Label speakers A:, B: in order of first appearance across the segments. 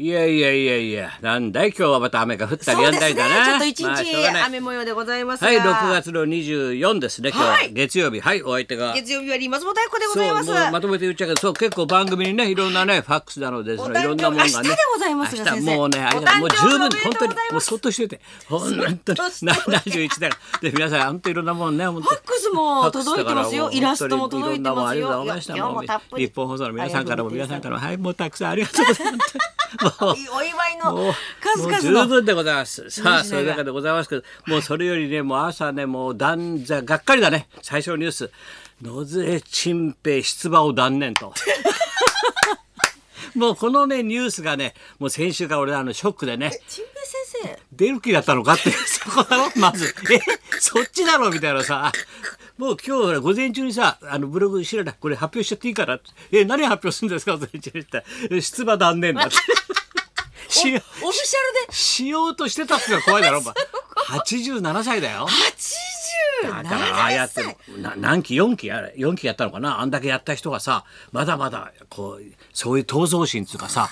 A: いやいやいやいや、なんだい今日はまた雨が降ったり
B: そ
A: や
B: うんで
A: だり
B: すね。
A: だ
B: ちょ
A: な。
B: っと一
A: まあしょうがな
B: 日
A: い
B: 雨模様でございますが。
A: はい、6月の24ですね、今日は、
B: はい
A: 月曜日。はい、お相手が。
B: 月曜日より松本太子でご
A: そ、
B: ざい
A: も
B: うま
A: う
B: す。
A: まとめて言っちゃうけど、そう、結構番組にね、いろんなね、ファックスだので、そ
B: お
A: のいろ
B: 誕
A: ん
B: 生
A: な
B: 日
A: ものが
B: 明日で
A: ね。
B: ございますが
A: 明日
B: 先生。
A: もうね、ありがとう。もう十
B: お誕
A: 分
B: 生日おめ、でと
A: 本
B: うご
A: 当
B: ざい
A: に
B: ま、す
A: もうそっとしてて。本当に、
B: そっとして
A: 71だから。で、皆さん、本当いろんなもんね、本当
B: ファックスも届いてますよ
A: ファックスだから
B: イラストも届いてま
A: もう本当にいろん
B: すよ
A: なもんありがとうございました
B: いや今日もたっぷり
A: 日本放送の皆さんからも、皆さんからも、はい、もうたくさんありがとうござい ます。もう
B: お祝い
A: も
B: の
A: う
B: 数
A: もう
B: 々
A: 十
B: の。
A: 分でございますさあ
B: 品が
A: そういう中でございますけどもうそれよりねもう朝ねもう断座がっかりだね最初のニュース野添陳平出馬を断念 と。もうこのねニュースがねもう先週から俺あのショックでね
B: 陳平先生。
A: 出る気だったのか っていうそこだろまずえそっちだろみたいなさもう今日ほら午前中にさあのブログ知らないこれ発表しちゃっていいからえ何発表するんですか午前中にってえ出馬断念だ って。し
B: オフィシャルで
A: しようとしてたってのが怖いだろ、お前。87歳だよ。だからああや
B: 87
A: って
B: 歳。
A: な何期4期やれ4期やったのかなあんだけやった人がさまだまだこうそういう闘争心っていうかさ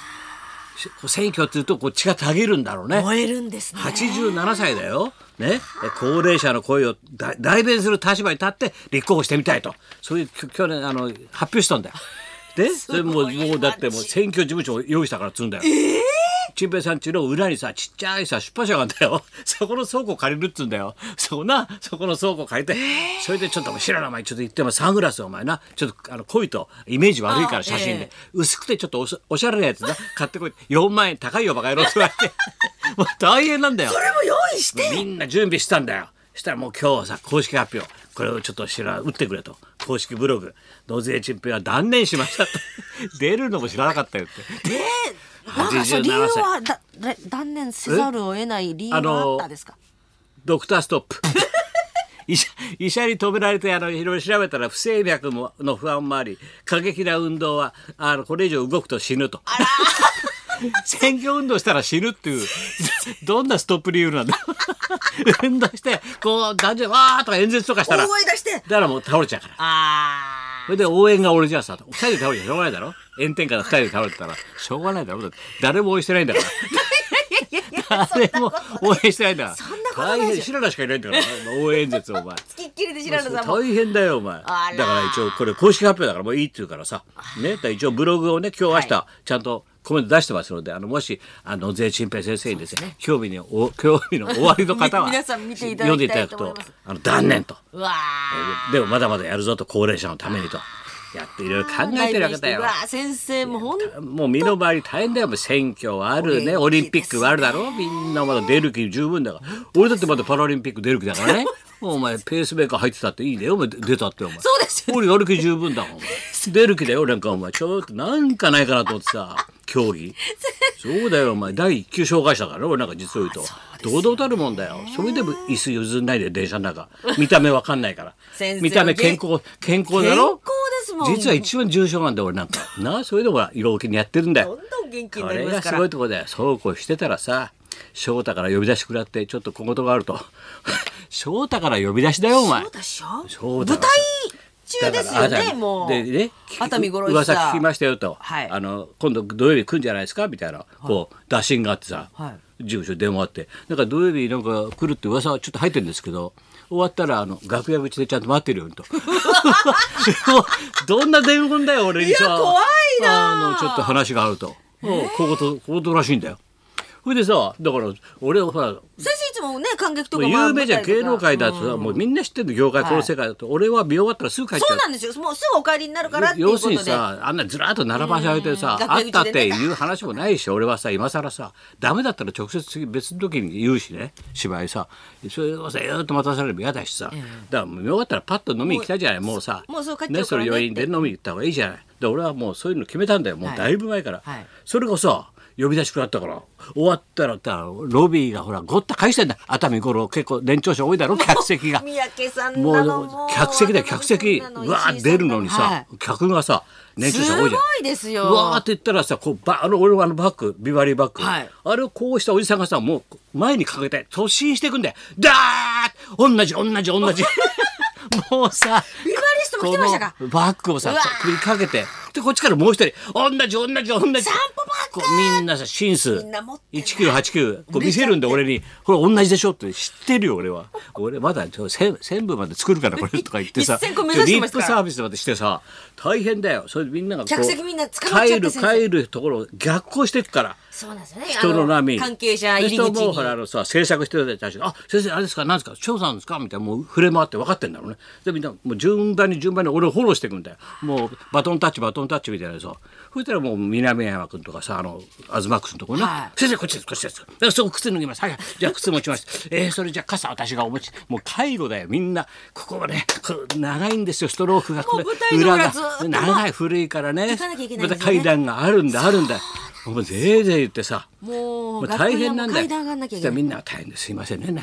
A: し選挙っていうとこう血がたぎるんだろうね
B: 燃えるんですね。
A: 87歳だよ、ね、え高齢者の声をだ代弁する立場に立って立候補してみたいとそういうきょ去年あの発表 したんだよ。でそれもう
B: すごい
A: もうだってもう
B: マジ
A: 選挙事務所を用意したからっつうんだよ。え陳平さんちの裏にさちっちゃいさ出版社があんだよ そこの倉庫借りるっつうんだよそこなそこの倉庫借りて、それでちょっともう白の前ちょっと行ってもサングラスお前なちょっとあの濃いとイメージ悪いか
B: あ
A: ら写真で、
B: ええ
A: 薄くてちょっとおしおしゃれなやつな買ってこい4万円高いよバカ野郎って言わ れてもう大変なんだよ
B: これも用意して。
A: みんな準備したんだよしたらもう今日はさ公式発表これをちょっと知ら打ってくれと公式ブログ「野添チンペイは断念しま した」と出るのも知らなかったよって
B: えーなんかそう理由
A: 87歳
B: はだだ断念せざるを得ない理由
A: あ
B: が
A: の
B: あったんですか。
A: ドクターストップ 医者医者に止められてあのいろいろ調べたら不整脈もの不安もあり過激な運動はあのこれ以上動くと死ぬと 選挙運動したら死ぬっていうどんなストップ理由なんだ 運動してこう男女わーとか演説とかしたら
B: 大声出して。
A: だからもう倒れちゃうから。
B: あ
A: それで応援が俺じゃさ、二人で倒れてしょうがないだろ炎天下で二人で倒れてたら、しょうがないだろだって誰も応援してないんだから。誰も応援してないんだから。
B: そんなことない
A: 大変、シララしかいないんだから、応援演説お前。
B: あ。きっきりで白田さんも。
A: 大変だよお前だ
B: あ
A: からら一応これ公式発表だからもういいって言うからさねだから一応ブログをね今日明日ちゃんとコメント出してますのであのもしあの税陳平先生にですね興味にお興味の終わりの方 は
B: 皆さん見ていた
A: 読
B: だ
A: んでい
B: き
A: た
B: た
A: だ
B: い
A: く
B: と思い
A: と
B: ます
A: あの断念と
B: うわあ。
A: でもまだまだやるぞと高齢者のためにとやっていろいろ考えてるわけだよ
B: う。わ先生も本当
A: もう身の回り大変だよもう選挙はあるねオ
B: お
A: リン
B: 元気
A: ピ
B: で
A: ッ
B: す
A: ク
B: ね
A: はあるだろみんなまだ出る気十分だから俺だってまだパラリンピック出る気だから ねもうお前ペースメーカー入ってたっていいねお前出たってお前
B: そうですよ
A: 俺やる気十分だもん お前出る気だよなんかお前ちょっとなんかないかなと思ってさ競 技そうだよお前第一級障害者だからね俺なんか実を言うと堂々たるもんだよそれでも椅子譲んないで電車の中見た目わかんないから
B: 先生
A: 見た目健康健康だ
B: 健康
A: ろ
B: ですもん
A: 実は一番重症なんだよ俺 なんかなそれでもほら色気にやってるんだよ
B: どんどん元気に
A: こ
B: なり
A: れ
B: ま
A: が
B: すか
A: す
B: ら
A: ごいとこだよそうこうしてたらさ翔太から呼び出してくらってちょっと小言があると 翔太から呼び出しだよお前
B: そうでしょ
A: そうだ
B: 舞
A: よ
B: 台中ですよ
A: だから
B: ねもう
A: でね聞き
B: 熱海五郎一
A: 噂
B: 座
A: 聞きましたよと、
B: はい
A: あの今度土曜日来るんじゃないですかみたいな、こう打診があってさ、
B: はい
A: 事務所に電話あってなんか土曜日なんか来るって噂はちょっと入ってるんですけど終わったらあの楽屋口でちゃんと待ってるよ ともうどんな伝言だよ俺にさ
B: いや怖いな
A: あのちょっと話があると、もう小言小言らしいんだよそれでさだから俺ほら
B: 先生いつもね感激と
A: も
B: か
A: う
B: まあ
A: 有名じゃん
B: 舞台と
A: 芸
B: か
A: 能界だとさ、もうみんな知ってる業界、
B: はい
A: この世界だと俺は見終わったらすぐ帰っちゃ
B: そう
A: う
B: なんですよもうすぐお帰りになるからっていう
A: 要
B: こ
A: す
B: と
A: る
B: で
A: にさあんなずらっと並ばし置いてさ、
B: うん
A: あったっていう話もないし俺はさ今更さダメだったら直接次別の時に言うしね芝居さそれをさずっと待たされるの嫌だしさ、だからもうよかったらパッと飲みに行きたいじゃないもうさ
B: もうそう帰っちゃうからね
A: ねその余韻で飲みに行った方がいいじゃないで俺はもうそういうの決めたんだよもうだいぶ前から、
B: はい
A: それがさ呼び出しくなったから終わったらさロビーがほらごった返してんだ熱海五郎結構年長者多いだろ客席が。
B: 三宅さん
A: も
B: なの
A: う
B: も
A: 客席だよ客席
B: 渡辺さんな
A: うわー出るのにさ、
B: はい
A: 客がさ年長
B: す
A: 者多
B: ご
A: いじゃん。
B: いです
A: うわーっ
B: よ
A: て言ったらさこうバあの俺はあのバッグビバリーバッグ、
B: はい
A: あれをこうしたおじさんがさもう前にかけて突進していくんだよダーッ同じ同じ 同じもうさ
B: ビバリストも来てましたか
A: このバッグをさ
B: うわー
A: 首にかけてでこっちからもう一人同じ同じ同じ
B: 散歩バッグ
A: こうみんなさシンス
B: みんな持ってる
A: 1989こう見せるんで俺にこれ同じでしょって知ってるよ俺は俺まだちょ1000 1000部まで作るからこれとか言ってさ
B: 1000個目指してますから
A: ちょリップサービスまでしてさ大変だよそれでみんながこう
B: 客席みんな捕まっちゃ
A: 帰
B: って先
A: る
B: 生
A: 帰るところを逆行してくから
B: そうなんですよね。
A: 人の波
B: あ関係者入り口
A: で人も
B: に。
A: ほらあのさ制作してた人たちが「あ先生あれですか何ですか翔さんですか?」みたいなもう触れ回って分かってんだろうねでみんなもう順番に順番に俺をフォローしていくんだよもうバトンタッチバトンタッチみたいなさそしたらもう南山君とかさあの東君のとこね、
B: は
A: 先生こっちですこっちです」でそこ靴脱ぎますはいはいじゃあ靴持ちます えー、それじゃあ傘私がお持ちもう介護だよみんなここはねこう長いんですよストロークが
B: もう舞台の裏ずーっと
A: 長い古いからね
B: 行かなきゃいけない
A: ま
B: んで
A: た
B: すよね
A: 階段があるんだあるんだもうぜいぜい言ってさ
B: もう
A: まあ大変なんだよ。
B: 学校にはもう階段上がんなきゃい
A: そした
B: け
A: ら
B: ない。
A: みんな大変です。すいませんね。な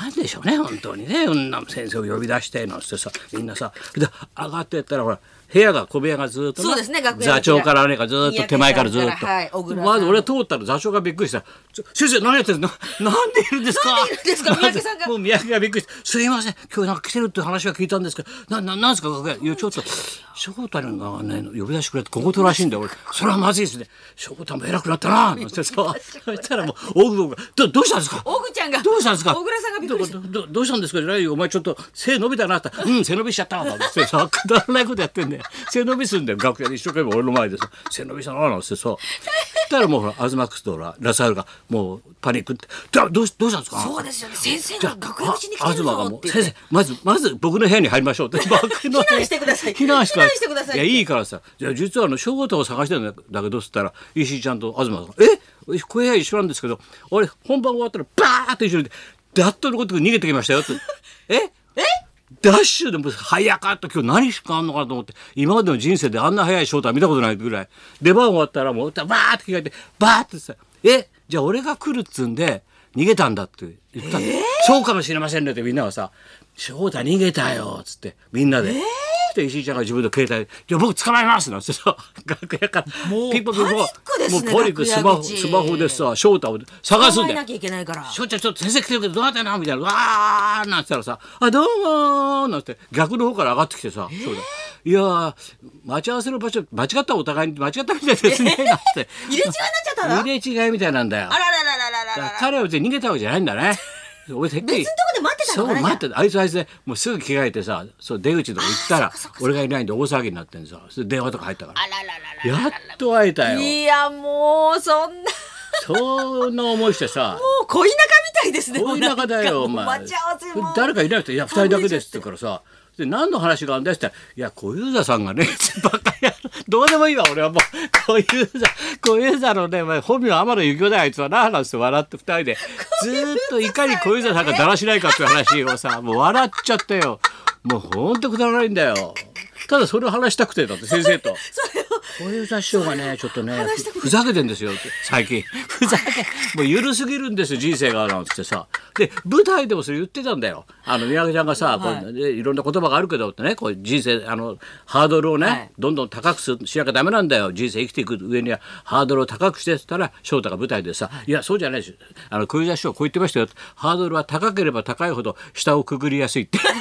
A: なんでしょうね。本当にね。女の先生を呼び出してなんつってさ、みんなさ、で上がってったらほら。部屋が小部屋がずっとな
B: そうですね楽屋
A: 座長からあれかずっと手前からずっ
B: 三宅
A: と、
B: さんからはい小倉さん
A: まず俺通ったら座長がびっくりした「ちょ先生何やってるのなんでいるんですか?」
B: なんでいるんですか三宅さんが
A: もう三宅がびっくりして「すいません今日なんか来てるって話は聞いたんですけどなななんですか楽屋いやちょっと翔太にがね呼び出してくれって小言らしいんだよ俺それはまずいですね翔太も偉くなったな」なんてさそしたらもう大久保が「どどうしたんですか?」
B: 大口ちゃんが。
A: どうしたんですか
B: 小倉さんがびっくりした。
A: どどどうしたんですかじゃないよお前ちょっと背伸びたなってうん背伸びしちゃったわなんつってさくだらないことやってんだよ背伸びすんだよ楽屋で一生懸命俺の前でさ背伸びしたななんつってさしたらもうほら東ックスとほらラサールがもうパニックってだどうしどうしたんですか
B: そうですよね。先生
A: じゃ
B: が
A: あ、
B: 学園口に来
A: あ
B: てる
A: 東が
B: ぞ
A: も
B: っ
A: う、
B: て
A: 先
B: 言
A: 生
B: って。、
A: まず、まず僕の部屋に入りましょうって。僕の部屋
B: 避難してくださ い
A: 避難して
B: 避難してください
A: いや、いいからさ、じゃあ実はあの、翔太を探してるんだけど、つったら、石井ちゃんと東が、え小部屋一緒なんですけど、俺、本番終わったら、バーって一緒に、ダッとのことく逃げてきましたよって。え
B: え
A: ダッシュでもう早かった今日何しかあんのかなと思って今までの人生であんな早い翔太は見たことないぐらい出番終わったらもうバーって着替えてバーってさ「えじゃあ俺が来るっつうんで逃げたんだ」って言ったんだよ、そうかもしれませんねってみんながさ「翔太逃げたよ」っつってみんなで。で石井ちゃんが自分の携帯で「じゃあ僕捕まえます」なんてさ楽屋から
B: もう
A: ピッポピッポ
B: パニックですね
A: もうパニックスマホ
B: 楽屋口
A: スマホでさ翔太を探すんだ
B: 考え
A: よ
B: なきゃいけないから。
A: しょっちゃんちょっと先生来てるけどどうなったなみたいな「わー」なんて言ったらさ「あどうもー」なんて逆の方から上がってきてさ「そうだいやー待ち合わせの場所間違ったお互いに間違ったみたいですね」なんて
B: 入れ違いになっちゃったら。あら
A: 入れ違いみたいなんだよ。
B: らららららら
A: だから
B: ら。
A: 彼は別に逃げたわけじゃないんだ ね。俺てっきり
B: 別のとこで待ってたのかな
A: そう
B: じゃあ
A: 待ってたあいつあいつでもうすぐ着替えてさそう出口のとか行ったら俺がいないんで大騒ぎになってんさそれで電話とか入ったから
B: あららららら
A: やっと会えたよ
B: いやもうそんな。
A: そんな思いしてさ
B: もう恋仲みたいですね。
A: 恋仲だよお
B: もう
A: 前
B: なんかもう待ち合わせも。
A: 誰かいないと「いや二人だけです」って
B: あ
A: 言うからさで何の話があんだって言ったら「いや小遊三さんが ね」バカやろどうでもいいわ俺はもう小遊三小遊三のねお前本名天野幸雄だよあいつはななんつって笑って二人でずーっといかに小遊三さんがだらしないかっていう話を さもう笑っちゃったよもうほんとくだらないんだよただそれを話したくてだって先生と。
B: それを
A: 小遊三師匠がねちょっとね
B: 話したこと
A: ふざけてんですよって最近ふざけもうゆるすぎるんですよ人生がなんつってさで舞台でもそれ言ってたんだよあの宮宅ちゃんがさ、
B: はい
A: こうねいろんな言葉があるけどってねこう人生あのハードルをね、
B: はい
A: どんどん高くすしなきゃダメなんだよ人生生きていく上にはハードルを高くしてって言ったら翔太が舞台でさ「いやそうじゃないですあの小遊三師匠こう言ってましたよ」ハードルは高ければ高いほど下をくぐりやすい」っ て。
B: うまい。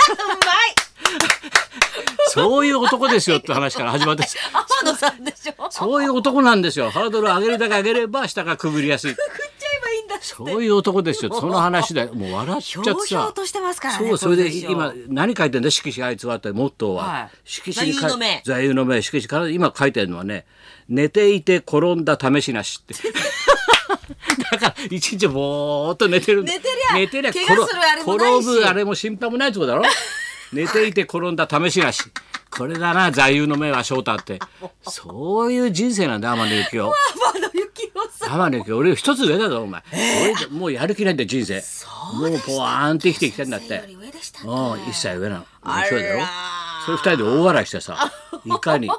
A: そういう男ですよって話から始まってさ
B: 天野さんでしょ。くぐっちゃ
A: そういう男なんですよ。ハードルを上げるだけ上げれば下がくぐりやすい。
B: えばいいんだって。
A: そういう男ですよ。その話だよ。もう笑っちゃって
B: ひょうひょ
A: さ
B: う。としてますからね
A: そう、それ
B: こ
A: で
B: の人
A: 今何書いてんだ色紙あいつはってモットーは。
B: はい
A: 色紙に書い
B: 座右の銘
A: 座右の銘色紙から今書いてるのはね寝ていて転んだ試しなし って。だから一日ぼーっと寝てるんだ
B: 寝てりゃ
A: 寝てりゃ
B: 怪我するあれもないし
A: 転ぶあれも心配もないって ことだろ寝ていて転んだ試しなしこれだな座右の銘は翔太ってそういう人生なんだ天野幸雄
B: 天野幸雄さん。
A: 天野幸雄俺より一つ上だぞお前、俺もうやる気ないんだよ人生もうポワーンって生きてきてんだっ
B: 先
A: て
B: 生より上でしたね
A: うん一切上なの
B: あら
A: 面白いだろそれ二人で大笑いして さいかに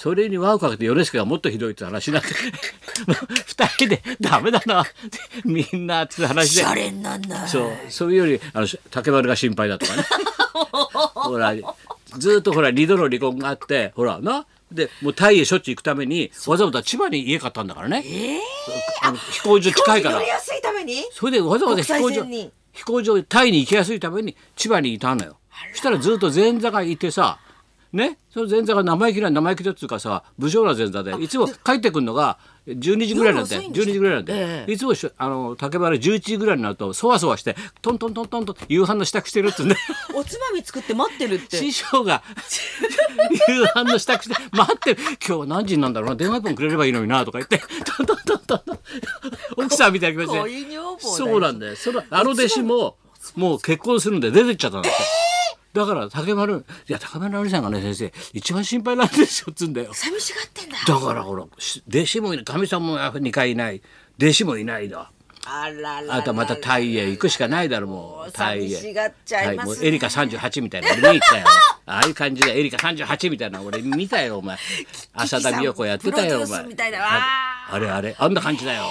A: それに輪をかけて米助がもっとひどいって話になって 二人でダメだな みんなって話
B: シ
A: で
B: ャレになんない。
A: そう、それより、あの、し竹丸が心配だと かね。ほら、ずっとほら、二度の離婚があって、ほら、な。で、もうタイへしょっちゅう行くために、わざわざ千葉に家買ったんだからね。あの飛行場近いから
B: 乗り。やすいために。
A: それでわざわざ飛行
B: 国際
A: 場
B: 線に
A: 飛行場でタイに行きやすいために千葉にいたのよ。そしたらずっと前座がいてさねその前座が生意気な生意気だっつうかさ無情な前座でいつも帰ってくるのが12時ぐらいなんで
B: 夜遅い
A: 12
B: んですか
A: 時ぐらいなんで、
B: ええ
A: いつもしあの竹原11時ぐらいになるとそわそわしてトントントントンと夕飯の支度してるっつうんで
B: おつまみ作って待ってるって
A: 師匠が夕飯の支度して待ってる今日は何時になんだろうな電話一本くれればいいのになとか言 ってトントントントントン奥さんみたいな感じで。
B: 恋女房だよ
A: そうなんだよ。そのあの弟子ももう結婚するんで出てっちゃったんですよ。だから竹丸いや竹丸のりさんがね先生一番心配なんですよっつうんだよ。
B: 寂しがってんだ
A: だからほらし弟子もいない神さんも2回いない弟子もいないだ。
B: あららら
A: あとはまたタイへ行くしかないだろうも
B: も
A: う
B: う
A: タイへ。
B: 寂しがっちゃいます
A: タ
B: ね
A: イもうエリカ三十八みたいなの俺見に行った よ。ああいう感じでエリカ三十八みたいなの俺見たよお前。浅田美代子やってたよお
B: プロデュー
A: 前
B: スみたいな。わ
A: ああれあれあんな感じだよ。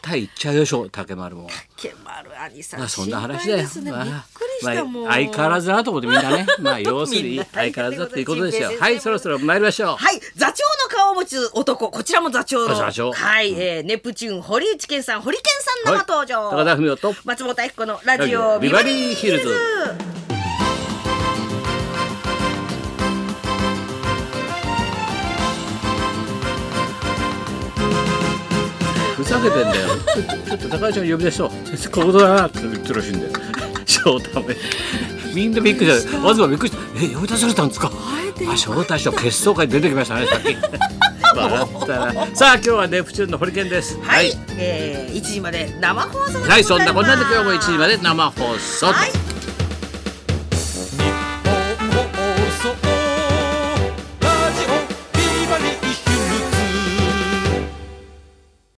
A: タイ行っちゃうよしょ竹丸も。
B: ケマル兄さ
A: まあ
B: ん
A: そ
B: 心
A: んな
B: 配
A: 話だよ。
B: ですねびっ
A: ま
B: くり
A: あ
B: したも
A: ま
B: う
A: あ相変わらずだなと思ってみんなね。まあ要する
B: みん
A: に
B: な
A: 相変わらずだっていうことですよ
B: 大変。だ
A: は
B: よ
A: い、そろそろ参りましょう。
B: はい座長の顔を持つ男こちらも座長
A: あ
B: の
A: 座長
B: はい、えーネプチューン堀内健さん堀健さん生登場、
A: はい高田文夫と
B: 松本明子のラジオ
A: ビ
B: ビ
A: バ
B: バ
A: リ
B: リ
A: ーヒ
B: ーヒ
A: ル
B: ル
A: ズ
B: ズ
A: ふざけてんだよ。ちょっと高橋ちゃん呼び出しそう。ここだなって言ってるらしいんだよ。翔太め。みんなびっくりした。わずかびっくりした。え、呼び出されたんですか。あ、翔太師匠、結晶会に出てきましたね、さっき。 笑ったな。さあ、今日はネプチューンの堀健です。
B: はい、えー、1時まで生放送でございます
A: はい、そんなこんなで今日も1時まで生放送。
B: はい